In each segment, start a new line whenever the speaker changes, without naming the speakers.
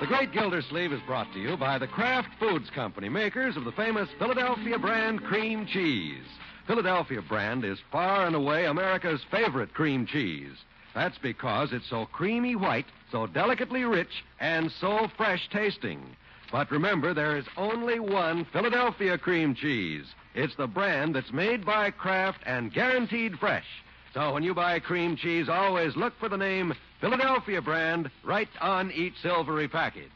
The Great Gildersleeve is brought to you by the Kraft Foods Company, makers of the famous Philadelphia brand cream cheese. Philadelphia brand is far and away America's favorite cream cheese. That's because it's so creamy white, so delicately rich, and so fresh tasting. But remember, there is only one Philadelphia cream cheese. It's the brand that's made by Kraft and guaranteed fresh. So when you buy cream cheese, always look for the name Philadelphia brand right on each silvery package.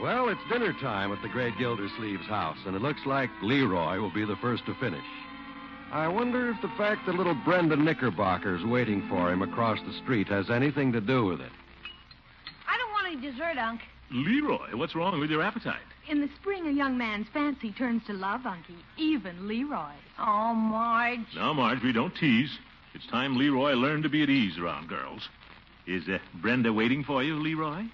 Well, it's dinner time at the Great Gildersleeve's house, and it looks like Leroy will be the first to finish. I wonder if the fact that little Brenda Knickerbocker's waiting for him across the street has anything to do with it.
I don't want any dessert, Unc.
Leroy, what's wrong with your appetite?
In the spring, a young man's fancy turns to love, Unky, even Leroy.
Oh, Marge.
Now, Marge, we don't tease. It's time Leroy learned to be at ease around girls. Is uh, Brenda waiting for you, Leroy?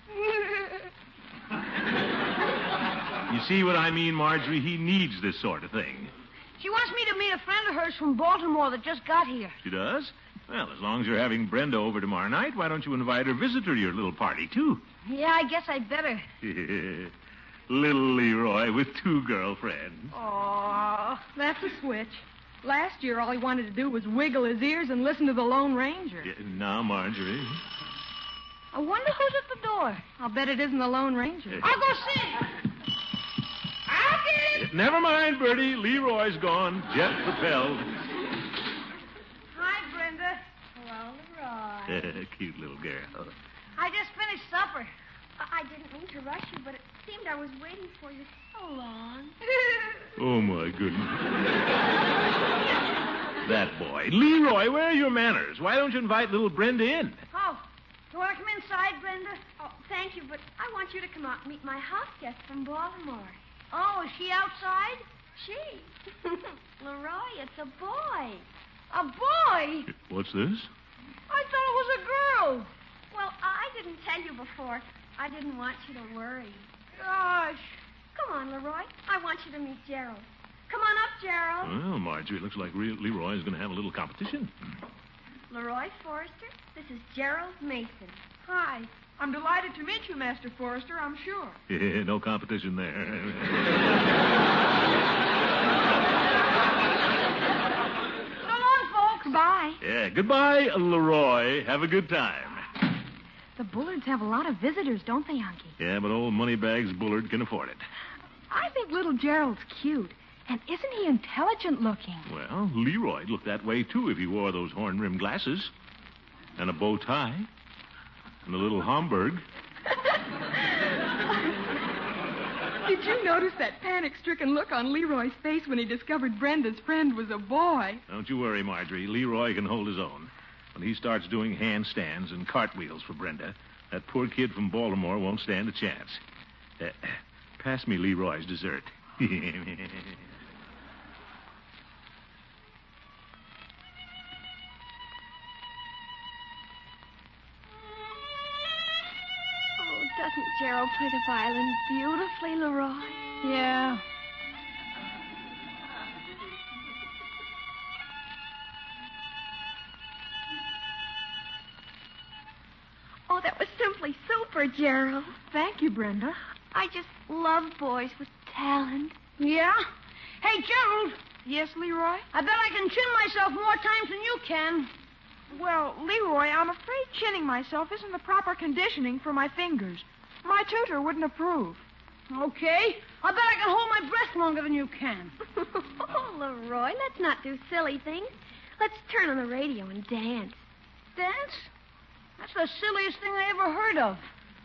You see what I mean, Marjorie? He needs this sort of thing.
she wants me to meet a friend of hers from Baltimore that just got here.
She does? Well, as long as you're having Brenda over tomorrow night, why don't you invite her visitor to your little party, too?
Yeah, I guess I'd better.
little Leroy with two girlfriends.
Aw, that's a switch. Last year, all he wanted to do was wiggle his ears and listen to the Lone Ranger.
Yeah, now, Marjorie.
I wonder who's at the door.
I'll bet it isn't the Lone Ranger.
I'll go see. I'll get it.
Never mind, Bertie. Leroy's gone. Jet propelled.
Hi, Brenda. Hello, Leroy.
Cute little girl.
I just finished supper.
I I didn't mean to rush you, but it seemed I was waiting for you so long.
Oh, my goodness. that boy. Leroy, where are your manners? Why don't you invite little Brenda in?
Oh, do you want to come inside, Brenda?
Oh, thank you, but I want you to come out and meet my house guest from Baltimore.
Oh, is she outside?
Gee, Leroy, it's a boy.
A boy?
What's this?
I thought it was a girl.
Well, I I didn't tell you before. I didn't want you to worry.
Gosh.
Come on, Leroy. I want you to meet Gerald. Come on up, Gerald.
Well, Marjorie, it looks like Re- Leroy is going to have a little competition.
Leroy Forrester, this is Gerald Mason.
Hi. I'm delighted to meet you, Master Forrester, I'm sure.
no competition there.
So long, folks.
Goodbye.
yeah, goodbye, Leroy. Have a good time.
The Bullards have a lot of visitors, don't they, Unky?
Yeah, but old Moneybags Bullard can afford it.
I think little Gerald's cute. And isn't he intelligent looking?
Well, Leroy'd look that way, too, if he wore those horn rimmed glasses. And a bow tie. And a little Homburg.
Did you notice that panic stricken look on Leroy's face when he discovered Brenda's friend was a boy?
Don't you worry, Marjorie. Leroy can hold his own. When he starts doing handstands and cartwheels for Brenda, that poor kid from Baltimore won't stand a chance. Uh, pass me Leroy's dessert.
Oh, doesn't Gerald play the violin beautifully, Leroy?
Yeah.
Oh, that was simply super, Gerald.
Thank you, Brenda.
I just love boys with talent.
Yeah? Hey, Gerald,
Yes, Leroy?
I bet I can chin myself more times than you can.
Well, Leroy, I'm afraid chinning myself isn't the proper conditioning for my fingers. My tutor wouldn't approve.
Okay. I bet I can hold my breath longer than you can.
oh, Leroy, let's not do silly things. Let's turn on the radio and dance.
Dance? That's the silliest thing I ever heard of.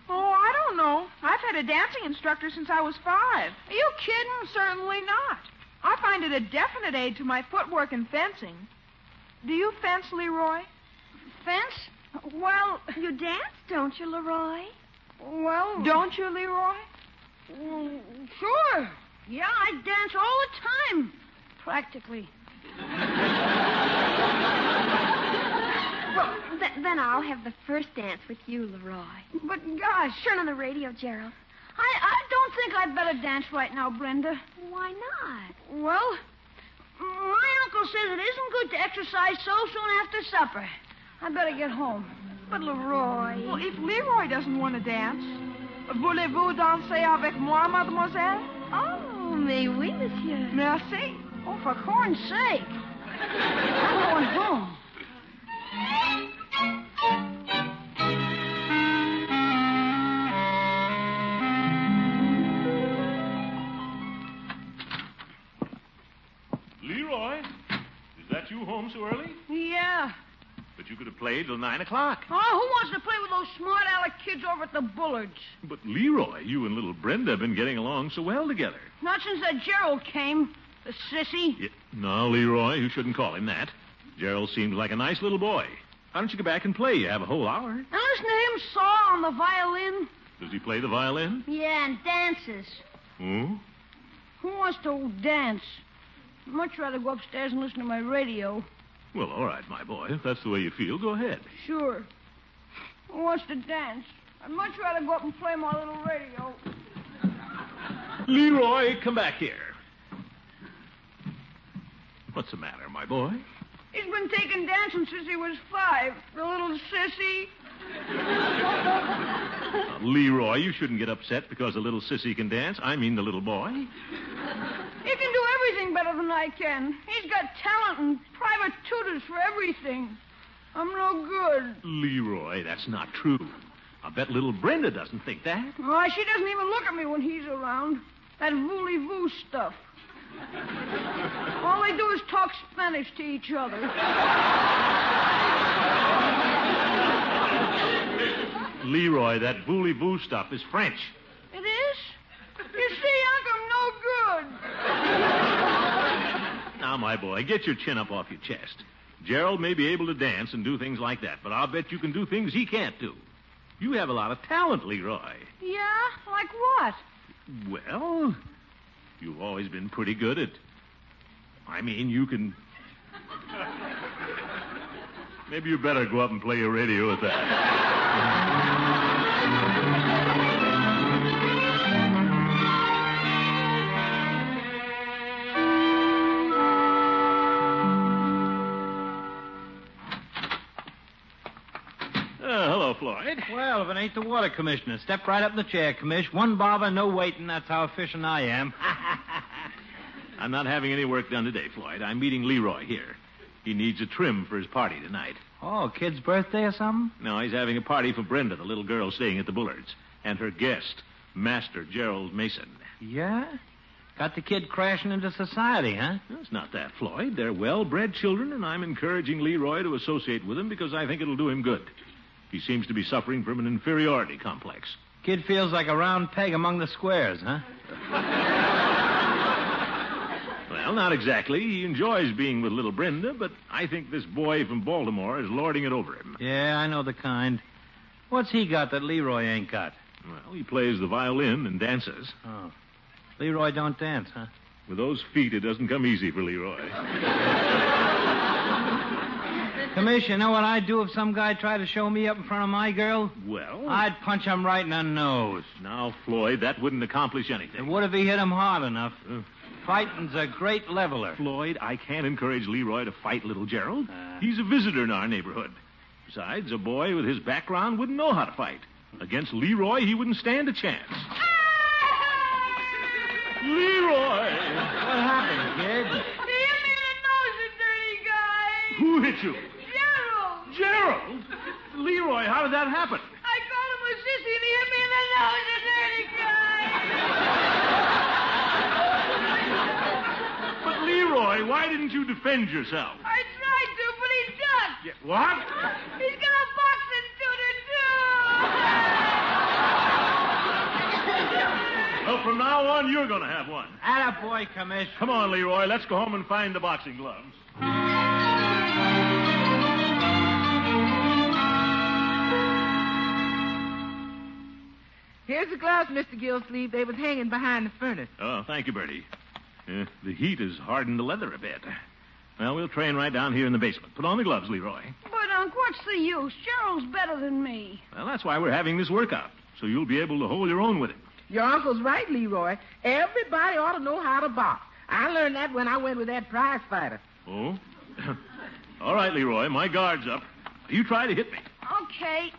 Oh, I don't know. I've had a dancing instructor since I was five.
Are you kidding?
Certainly not. I find it a definite aid to my footwork and fencing. Do you fence, Leroy?
Fence? Well,
You dance, don't you, Leroy?
well.
Don't you, Leroy?
Well, sure. Yeah, I dance all the time, practically.
Well, th- then I'll have the first dance with you, Leroy.
But gosh,
Turn on the radio, Gerald.
I, I don't think I'd better dance right now, Brenda.
Why not?
Well, my uncle says it isn't good to exercise so soon after supper. I better get home. But Leroy.
Well, if Leroy doesn't want to dance, voulez-vous danser avec moi, mademoiselle?
Oh, may we, monsieur?
Merci.
Oh, for corn's sake. I'm going home.
Leroy, is that you home so early?
Yeah.
But you could have played till nine o'clock.
Oh, who wants to play with those smart aleck kids over at the Bullards?
But Leroy, you and little Brenda have been getting along so well together.
Not since that Gerald came, the sissy.
Yeah, no, Leroy, you shouldn't call him that. Gerald seemed like a nice little boy. Why don't you go back and play? You have a whole hour.
And listen to him saw on the violin.
Does he play the violin?
Yeah, and dances.
Hmm?
Who wants to dance? Much rather go upstairs and listen to my radio.
Well, all right, my boy. If that's the way you feel, go ahead.
Sure. Who wants to dance? I'd much rather go up and play my little radio.
Leroy, come back here. What's the matter, my boy?
He's been taking dancing since he was five. The little sissy.
Now, Uh, Leroy, you shouldn't get upset because the little sissy can dance. I mean the little boy.
He can do everything better than I can. He's got talent and private tutors for everything. I'm no good.
Leroy, that's not true. I bet little Brenda doesn't think that.
Why, she doesn't even look at me when he's around. That voulez-vous stuff. All they do is talk Spanish to each other.
Leroy, that voulez-vous stuff is French.
It is? You see, Unc, I'm no good.
Now, my boy, get your chin up off your chest. Gerald may be able to dance and do things like that, but I'll bet you can do things he can't do. You have a lot of talent, Leroy.
Yeah? Like what?
Well, you've always been pretty good at. I mean, you can. Maybe you better go up and play your radio with that. Uh, hello, Floyd.
Well, if it ain't the water commissioner, step right up in the chair, commish. One bobber, no waiting. That's how efficient I am.
I'm not having any work done today, Floyd. I'm meeting Leroy here. He needs a trim for his party tonight.
oh, kid's birthday or something?
No, he's having a party for Brenda, the little girl staying at the Bullards, and her guest, Master Gerald Mason.
Yeah. Got the kid crashing into society, huh?
It's not that, Floyd. They're well bred children, and I'm encouraging Leroy to associate with them because I think it'll do him good. He seems to be suffering from an inferiority complex.
Kid feels like a round peg among the squares, huh?
Well, not exactly. He enjoys being with little Brenda, but I think this boy from Baltimore is lording it over him.
Yeah, I know the kind. What's he got that Leroy ain't got?
Well, he plays the violin and dances.
Oh. Leroy don't dance, huh?
With those feet, it doesn't come easy for Leroy.
Commish, you know what I'd do if some guy tried to show me up in front of my girl?
Well,
I'd punch him right in the nose.
now, Floyd, that wouldn't accomplish
And
anything.
what if he hit him hard enough?
Uh.
Fighting's a great leveler.
Floyd, I can't encourage Leroy to fight little Gerald.
Ah.
He's a visitor in our neighborhood. Besides, a boy with his background wouldn't know how to fight. Against Leroy, he wouldn't stand a chance. Leroy!
What happened, kid?
He hit me in the nose, the dirty guy.
Who hit you?
Gerald!
Gerald? Leroy, how did that happen?
I called him a sissy and he hit me in the nose, the dirty guy.
But Leroy, why didn't you defend yourself?
I tried to, but he ducked.
Yeah, what?
He's got a boxing tutor, too.
So from now on, you're going to have one.
Attaboy, Commish.
Come on, Leroy. Let's go home and find the boxing gloves.
Here's the gloves, Mr. Gillsleeve. They was hanging behind the furnace.
Oh, thank you, Bertie. Uh, the heat has hardened the leather a bit. Now, we'll train right down here in the basement. Put on the gloves, Leroy.
But, Unc, what's the use? Cheryl's better than me.
Well, that's why we're having this workout, so you'll be able to hold your own with it.
Your uncle's right, Leroy. Everybody ought to know how to box. I learned that when I went with that prize fighter.
Oh? All right, Leroy. My guard's up. You try to hit me.
Okay.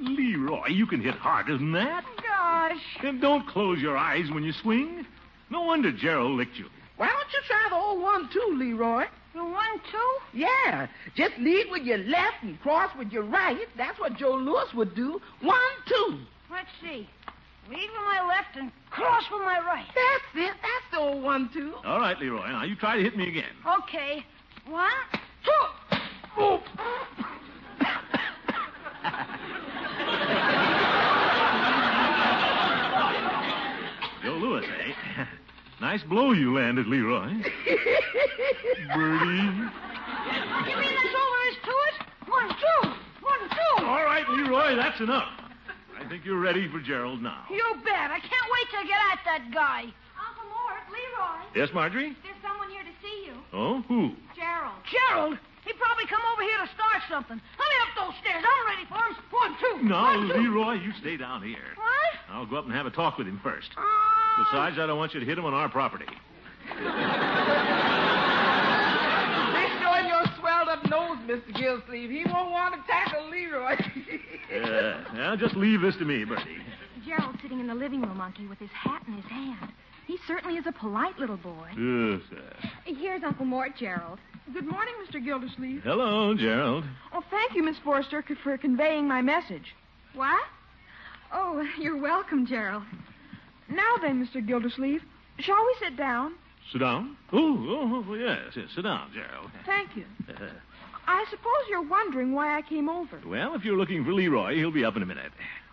Leroy, you can hit harder than that.
Oh, Gosh.
And don't close your eyes when you swing. No wonder Gerald licked you.
Why don't you try the old one, too, Leroy?
The one, two?
Yeah, just lead with your left and cross with your right. That's what Joe Lewis would do. One, two.
Let's see. Lead with my left and cross with my right.
That's it. That's the old one, two.
All right, Leroy. Now, you try to hit me again.
Okay. One, two.
Joe Lewis, eh? nice blow you landed, Leroy. Birdie.
You mean that's all there is to it? One, two. One, two.
All right, Leroy, that's enough. I think you're ready for Gerald now.
You bet. I can't wait to get at that guy.
Uncle Mort, Leroy,
Yes, Marjorie?
there's someone here to see you.
Oh, who?
Gerald.
Gerald, he probably come over here to start something. Let me up those stairs. I'm ready for him. One, two.
No,
one, two.
Leroy, you stay down here.
What?
I'll go up and have a talk with him first.
Oh,
Besides, I don't want you to hit him on our property.
Be showing your swelled up nose, Mr. Gillsleeve. He won't want to tackle Leroy.
Uh, now, just leave this to me, Bertie.
Gerald's sitting in the living room, Uncle, with his hat in his hand. He certainly is a polite little boy.
Yes, sir.
Here's Uncle Mort, Gerald.
Good morning, Mr. Gildersleeve.
Hello, Gerald.
Oh, thank you, Miss Forrester, c- for conveying my message.
What? Oh, you're welcome, Gerald.
Now then, Mr. Gildersleeve, shall we sit down?
Sit down. Oh, oh, yes, yes, sit down, Gerald.
Thank you. I suppose you're wondering why I came over.
Well, if you're looking for Leroy, he'll be up in a minute.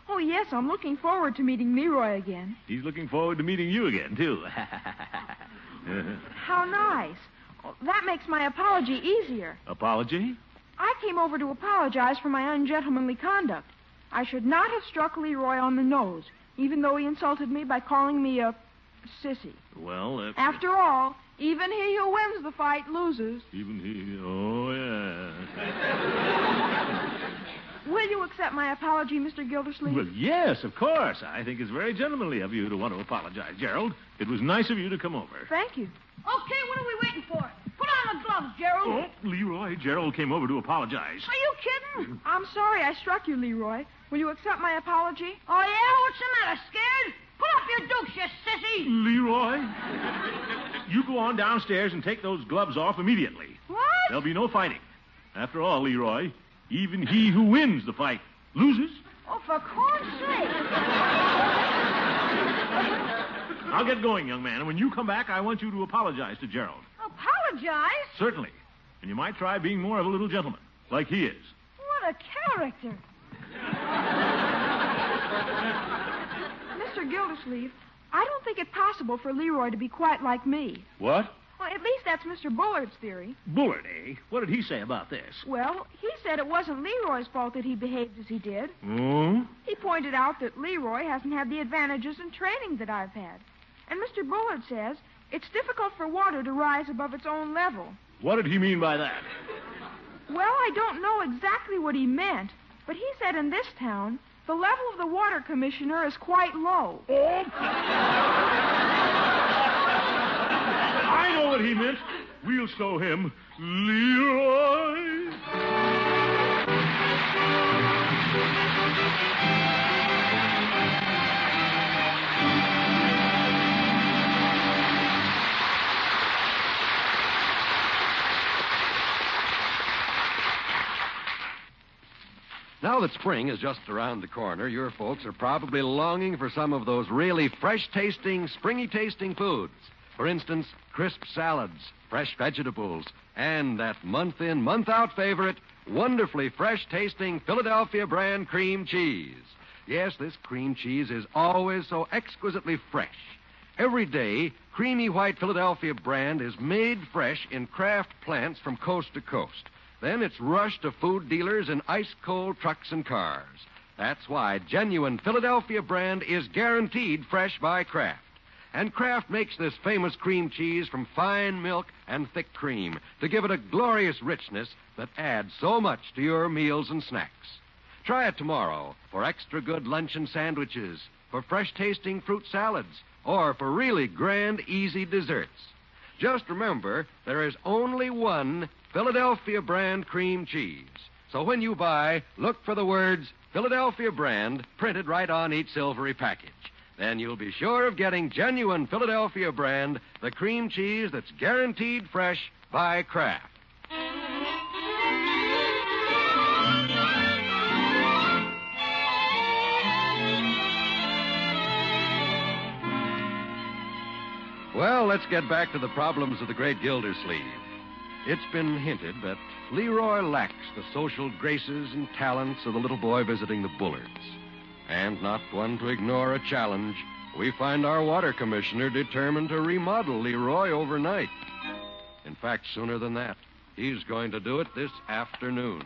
Oh, yes, I'm looking forward to meeting Leroy again.
He's looking forward to meeting you again, too.
How nice. Oh, that makes my apology easier.
Apology?
I came over to apologize for my ungentlemanly conduct. I should not have struck Leroy on the nose, even though he insulted me by calling me a sissy.
Well, uh,
After all, even he who wins the fight loses.
even he. Oh, yes.
Will you accept my apology, Mr. Gildersleeve?
Well, yes, of course. I think it's very gentlemanly of you to want to apologize, Gerald. It was nice of you to come over.
Thank you.
Okay, what are we waiting for? Put on the gloves, Gerald.
Oh, Leroy, Gerald came over to apologize.
Are you kidding?
Mm-hmm. I'm sorry I struck you, Leroy. Will you accept my apology?
Oh, yeah? What's the matter? Scared? Put up your dukes, you sissy.
Leroy, you go on downstairs and take those gloves off immediately.
What?
There'll be no fighting. After all, Leroy, even he who wins the fight loses.
Oh, for corn's sake.
I'll get going, young man, and when you come back, I want you to apologize to Gerald.
Apologize?
Certainly. And you might try being more of a little gentleman, like he is.
What a character.
Mr. Gildersleeve, I don't think it possible for Leroy to be quite like me.
What?
Well, at least that's Mr. Bullard's theory.
Bullard, eh? What did he say about this?
Well, he said it wasn't Leroy's fault that he behaved as he did.
Oh?
He pointed out that Leroy hasn't had the advantages and training that I've had. And Mr. Bullard says it's difficult for water to rise above its own level.
What did he mean by that?
Well, I don't know exactly what he meant, but he said in this town, the level of the water commissioner is quite low.
I know what he meant. We'll show him. Leroy!
Now that spring is just around the corner, your folks are probably longing for some of those really fresh tasting, springy tasting foods. For instance, crisp salads, fresh vegetables, and that month in, month out favorite, wonderfully fresh tasting Philadelphia brand cream cheese. Yes, this cream cheese is always so exquisitely fresh. Every day, creamy white Philadelphia brand is made fresh in craft plants from coast to coast. Then it's rushed to food dealers in ice cold trucks and cars. That's why genuine Philadelphia brand is guaranteed fresh by Kraft. And Kraft makes this famous cream cheese from fine milk and thick cream to give it a glorious richness that adds so much to your meals and snacks. Try it tomorrow for extra good luncheon sandwiches, for fresh tasting fruit salads, or for really grand, easy desserts. Just remember, there is only one Philadelphia brand cream cheese. So when you buy, look for the words Philadelphia brand printed right on each silvery package. Then you'll be sure of getting genuine Philadelphia brand, the cream cheese that's guaranteed fresh by Kraft. Well, let's get back to the problems of the great Gildersleeve. It's been hinted that Leroy lacks the social graces and talents of the little boy visiting the Bullards. And not one to ignore a challenge, we find our water commissioner determined to remodel Leroy overnight. In fact, sooner than that, he's going to do it this afternoon.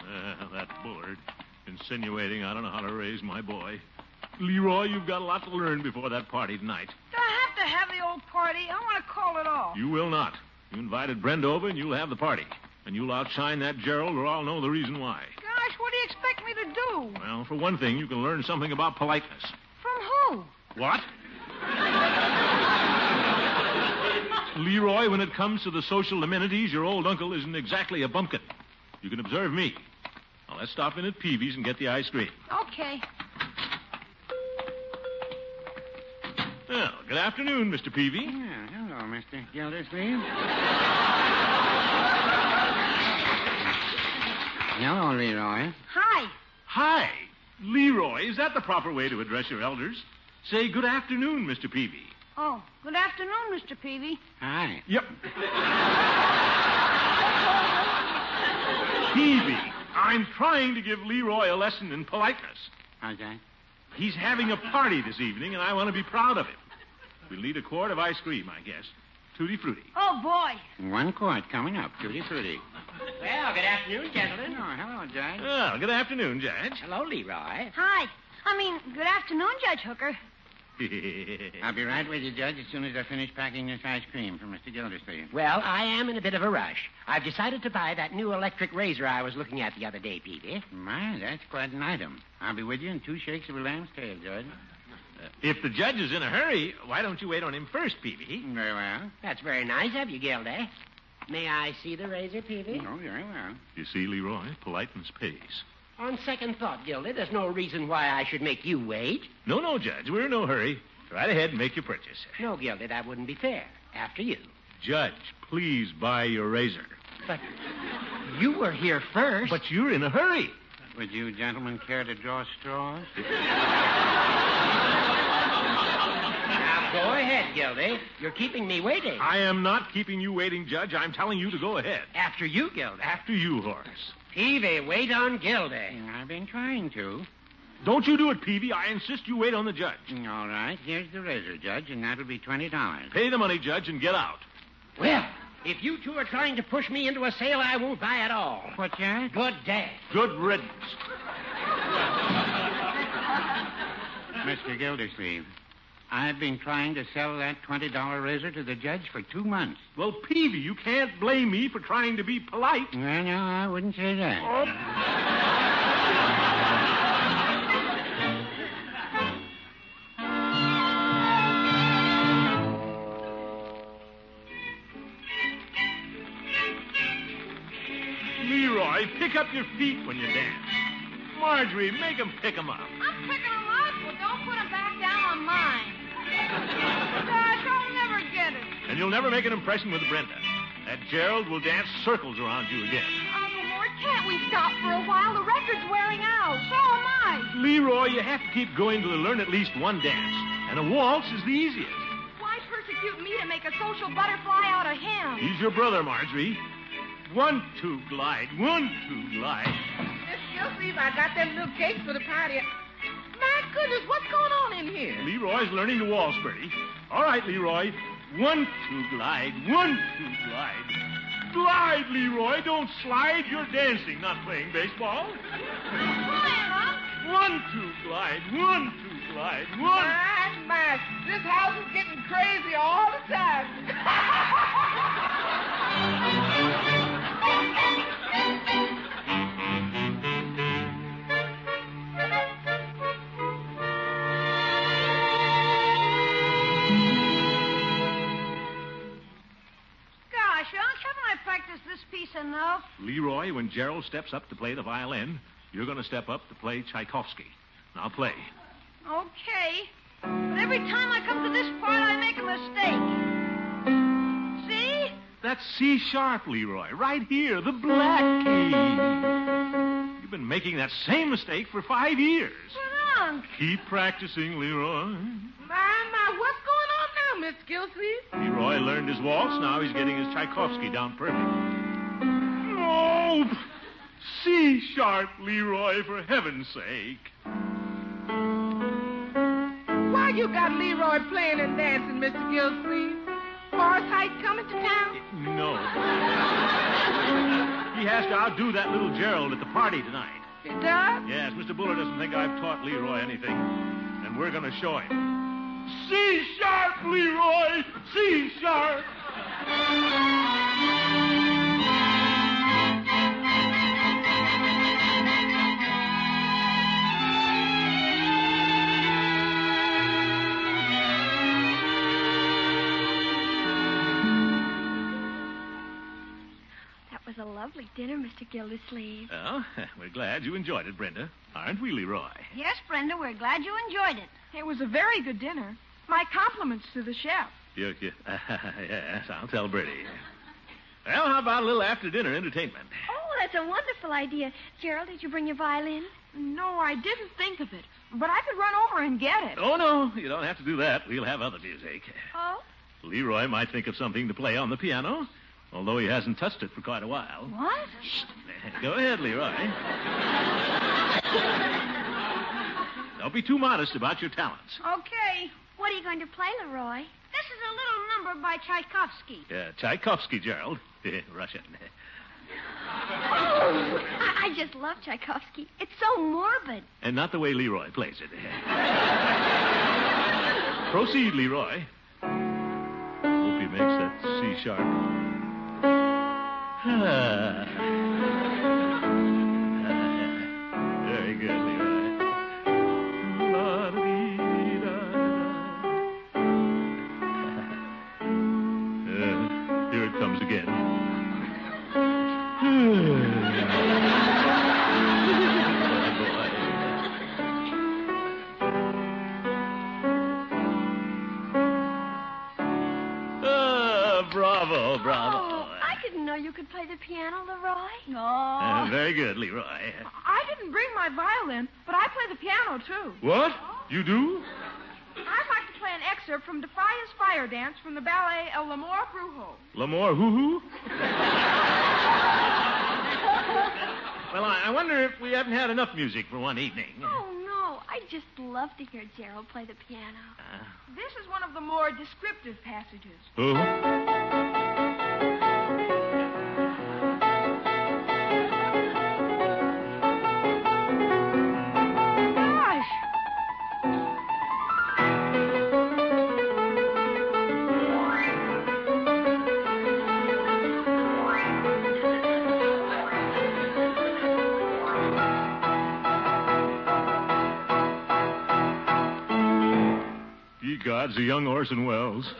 Uh, that Bullard insinuating I don't know how to raise my boy. Leroy, you've got a lot to learn before that party tonight.
Do I have to have the old party? I want to call it off.
You will not. You invited Brenda over, and you'll have the party. And you'll outshine that Gerald, or I'll know the reason why.
Gosh, what do you expect me to do?
Well, for one thing, you can learn something about politeness.
From who?
What? Leroy, when it comes to the social amenities, your old uncle isn't exactly a bumpkin. You can observe me. Now, let's stop in at Peavy's and get the ice cream.
Okay.
Well, good afternoon, Mr. Peavy.
Yeah, Uh, hello, Mr. Gildersleeve. hello, Leroy.
Hi.
Hi. Leroy, is that the proper way to address your elders? Say good afternoon, Mr. Peavy.
Oh, good afternoon, Mr. Peavy.
Hi.
Yep. Peavy, I'm trying to give Leroy a lesson in politeness.
How's that?
He's having a party this evening, and I want to be proud of him. We'll need a quart of ice cream, I guess. Tutti frutti.
Oh, boy.
One quart coming up. Tutti frutti.
Well, good afternoon,
Oh,
gentlemen.
hello, Judge.
Ah, good afternoon, Judge.
Hello, Leroy.
Hi. I mean, good afternoon, Judge Hooker.
I'll be right with you, Judge, as soon as I finish packing this ice cream for Mr. Gildersleeve.
Well, I am in a bit of a rush. I've decided to buy that new electric razor I was looking at the other day, Peavy.
My, that's quite an item. I'll be with you in two shakes of a lamb's tail, Judge.
if the judge is in a hurry, why don't you wait on him first, Peavy?
Very well.
That's very nice of you, Gilda. May I see the razor, Peavy?
Oh, very well.
You see, Leroy, politeness pays.
On second thought, Gilda, there's no reason why I should make you wait.
No, no, Judge. We're in no hurry. Go Right ahead and make your purchase.
No, Gilda, that wouldn't be fair. After you.
Judge, please buy your razor.
But you were here first.
But you're in a hurry.
Would you gentlemen care to draw straws?
Now, go ahead, Gilda. You're keeping me waiting.
I am not keeping you waiting, Judge. I'm telling you to go ahead.
After you, Gilda.
After you, Horace.
Peavy, wait on Gilda.
I've been trying to.
Don't you do it, Peavy. I insist you wait on the judge.
All right, here's the razor, Judge, and that'll be $20.
Pay the money, Judge, and get out.
Well, if you two are trying to push me into a sale I won't buy at all.
What, Judge?
Good day.
Good riddance.
Mr. Gildersleeve, I've been trying to sell that $20 razor to the judge for two months.
Well, Peavy, you can't blame me for trying to be polite.
Well, no, I wouldn't say that.
Leroy, pick up your feet when you dance. Marjorie, make him pick 'em up.
I'm picking them up, but don't put them back down on mine. Gosh, I'll never get it.
And you'll never make an impression with Brenda. That Gerald will dance circles around you again.
Oh, Lord, can't we stop for a while? The record's wearing out. So am I.
Leroy, you have to keep going to learn at least one dance. And a waltz is the easiest.
Why persecute me to make a social butterfly out of him?
He's your brother, Marjorie. One, two, glide. One, two, glide.
Miss Gilsleeve, I got them little cakes for the party. goodness, what's going on in here?
Leroy's learning the waltz, Bertie. All right, Leroy. One, two, glide. One, two, glide. Glide, Leroy. Don't slide. You're dancing, not playing baseball. One, two, glide. One, two, glide. One.
My, my, this house is getting crazy all the time.
Gosh, Unc, haven't I practiced this piece enough?
Leroy, when Gerald steps up to play the violin, you're going to step up to play Tchaikovsky. Now play.
Okay. But every time I come to this part, I make a mistake. See?
That's C sharp, Leroy. Right here, the black key. You've been making that same mistake for five years.
But Unc,
Keep practicing, Leroy.
my, my, what's going on now, Miss Gilsey?
Leroy learned his waltz. Now he's getting his Tchaikovsky down perfect. No! C sharp, Leroy, for heaven's sake.
Why you got Leroy playing and dancing, Mr. Gilsey? Forsyth coming to town?
No. he has to outdo that little Gerald at the party tonight.
He does?
Yes, Mr. Buller doesn't think I've taught Leroy anything, and we're going to show him. C sharp, Leroy! C sharp!
That was a lovely dinner, Mr. Gildersleeve.
Well, we're glad you enjoyed it, Brenda. Aren't we, Leroy?
yes, Brenda, we're glad you enjoyed it.
It was a very good dinner. My compliments to the chef.
Yeah, yeah. yes, I'll tell Bertie. Well, how about a little after dinner entertainment?
Oh, that's a wonderful idea. Gerald, did you bring your violin?
No, I didn't think of it, but I could run over and get it.
Oh, no, you don't have to do that. We'll have other music.
Oh?
Leroy might think of something to play on the piano, although he hasn't touched it for quite a while.
What?
Go ahead, Leroy. Don't be too modest about your talents.
Okay.
What are you going to play, Leroy?
This is a little number by Tchaikovsky.
Uh, Tchaikovsky, Gerald. Russian.
I, I just love Tchaikovsky. It's so morbid.
And not the way Leroy plays it. Proceed, Leroy. Hope he makes that C sharp. Very good, Leroy. Uh, here it comes again. Ah, bravo, bravo.
Oh, I didn't know you could play the piano, Leroy.
Uh, very good, Leroy.
I didn't bring my violin, but I play the piano, too.
What? You do?
I'd like to play an excerpt from Defiance Fire Dance from the ballet El Amor Brujo.
Lamore hoo hoo? well, I, I wonder if we haven't had enough music for one evening.
Oh, no. I just love to hear Gerald play the piano.
This is one of the more descriptive passages.
Who?
Gosh.
Ye gods, a young Orson Welles.
Oh,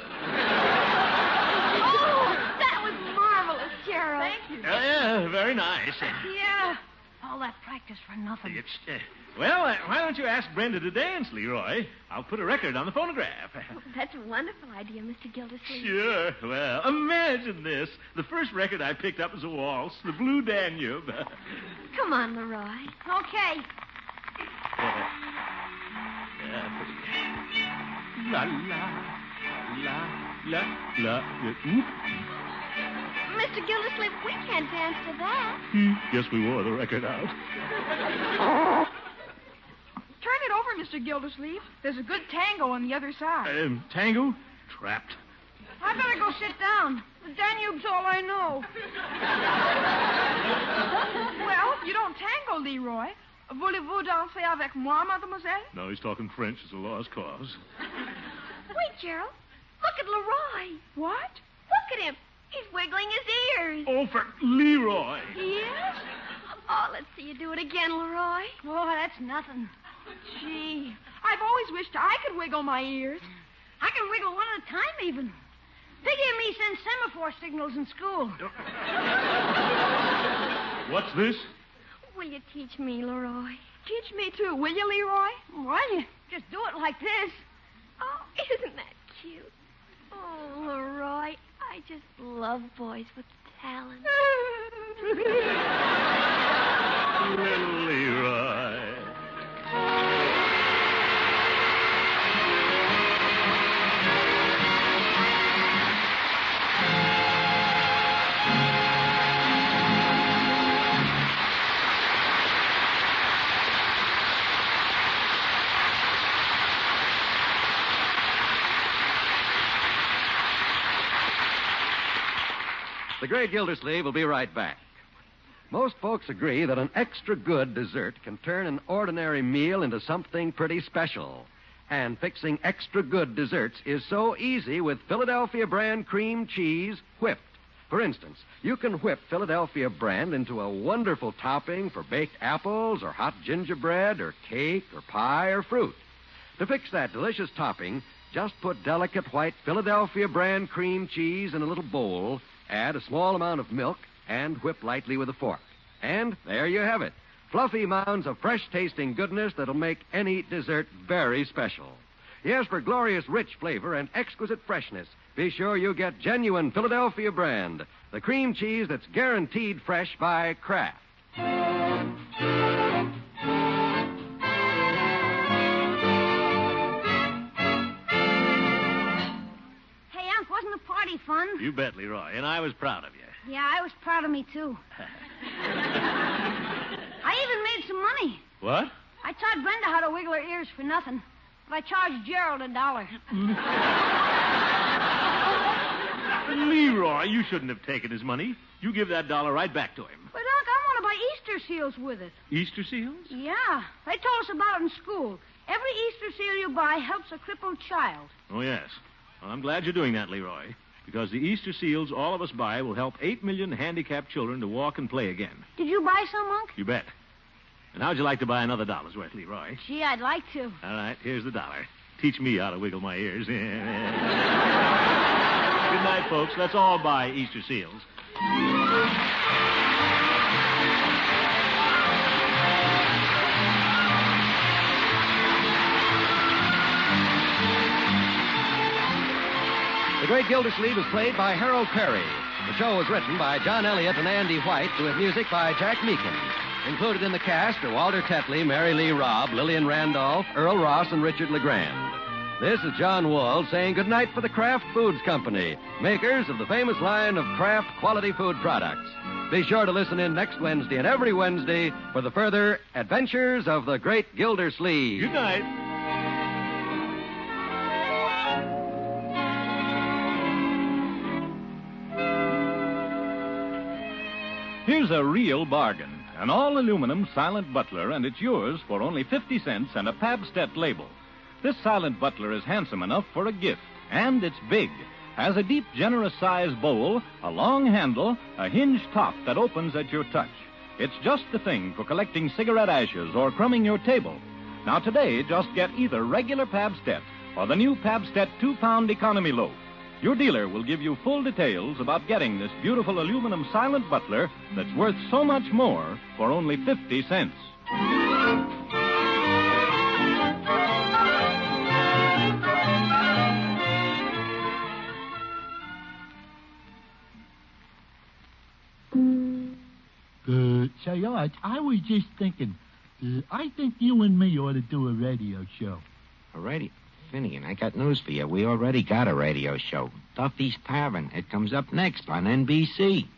that was marvelous, Gerald.
Thank you.
Uh, yeah, very nice.
Yeah. All that practice for nothing.
It's, uh, well, uh, why don't you ask Brenda to dance, Leroy? I'll put a record on the phonograph.
That's a wonderful idea, Mr. Gildersleeve.
Sure. Well, imagine this. The first record I picked up was a waltz, The Blue Danube.
Come on, Leroy.
Okay.
Yeah, pretty good. La, la, la, la, la. Oop.
Mr. Gildersleeve, we can't dance to that.
Mm-hmm. Hmm. Guess we wore the record out.
Turn it over, Mr. Gildersleeve. There's a good tango on the other side.
Um, tango? Trapped.
I better go sit down. The Danube's all I know.
well, you don't tango, Leroy. Voulez-vous danser avec moi, mademoiselle?
No, he's talking French. It's a lost cause.
Wait, Gerald. Look at Leroy.
What?
Look at him. He's wiggling his ears.
Oh, for Leroy.
He is? Oh, let's see you do it again, Leroy.
Oh, that's nothing.
Gee, I've always wished I could wiggle my ears.
I can wiggle one at a time, even. They gave me send semaphore signals in school.
What's this?
Will you teach me, Leroy?
Teach me too, will you, Leroy?
Well, you just do it like this.
Oh, isn't that cute? Oh, Leroy, I just love boys with talent.
Little Leroy.
The Great Gildersleeve will be right back. Most folks agree that an extra good dessert can turn an ordinary meal into something pretty special. And fixing extra good desserts is so easy with Philadelphia brand cream cheese whipped. For instance, you can whip Philadelphia brand into a wonderful topping for baked apples or hot gingerbread or cake or pie or fruit. To fix that delicious topping, just put delicate white Philadelphia brand cream cheese in a little bowl, add a small amount of milk, and whip lightly with a fork. And there you have it fluffy mounds of fresh tasting goodness that'll make any dessert very special. Yes, for glorious rich flavor and exquisite freshness, be sure you get genuine Philadelphia brand, the cream cheese that's guaranteed fresh by Kraft.
Hey, Unc, wasn't the party fun?
You bet, Leroy. And I was proud of you.
Yeah, I was proud of me, too. I even made some money.
What?
I taught Brenda how to wiggle her ears for nothing, but I charged Gerald a dollar.
Leroy, you shouldn't have taken his money. You give that dollar right back to him.
But, Unc, I want to buy Easter seals with it.
Easter seals?
Yeah, they told us about it in school. Every Easter seal you buy helps a crippled child.
Oh, yes. Well, I'm glad you're doing that, Leroy, because the Easter seals all of us buy will help 8 million handicapped children to walk and play again.
Did you buy some, Unc?
You bet. And how'd you like to buy another dollar's worth, Leroy?
Gee, I'd like to.
All right, here's the dollar. Teach me how to wiggle my ears. Good night, folks. Let's all buy Easter seals.
The Great Gildersleeve is played by Harold Perry. The show was written by John Elliott and Andy White, with music by Jack Meakin. Included in the cast are Walter Tetley, Mary Lee Robb, Lillian Randolph, Earl Ross, and Richard LeGrand. This is John Wall saying goodnight for the Kraft Foods Company, makers of the famous line of Kraft quality food products. Be sure to listen in next Wednesday and every Wednesday for the further adventures of the Great Gildersleeve.
Good night.
Here's a real bargain an all aluminum silent butler, and it's yours for only 50 cents and a Pabstet label. This silent butler is handsome enough for a gift, and it's big. Has a deep, generous sized bowl, a long handle, a hinge top that opens at your touch. It's just the thing for collecting cigarette ashes or crumbing your table. Now, today, just get either regular Pabstet or the new Pabstet two pound economy loaf. Your dealer will give you full details about getting this beautiful aluminum silent butler that's worth so much more for only 50 cents.
Uh, say, Arch, I was just thinking. Uh, I think you and me ought to do a radio show.
Alrighty. Finian, I got news for you. We already got a radio show. Duffy's Tavern. It comes up next on NBC.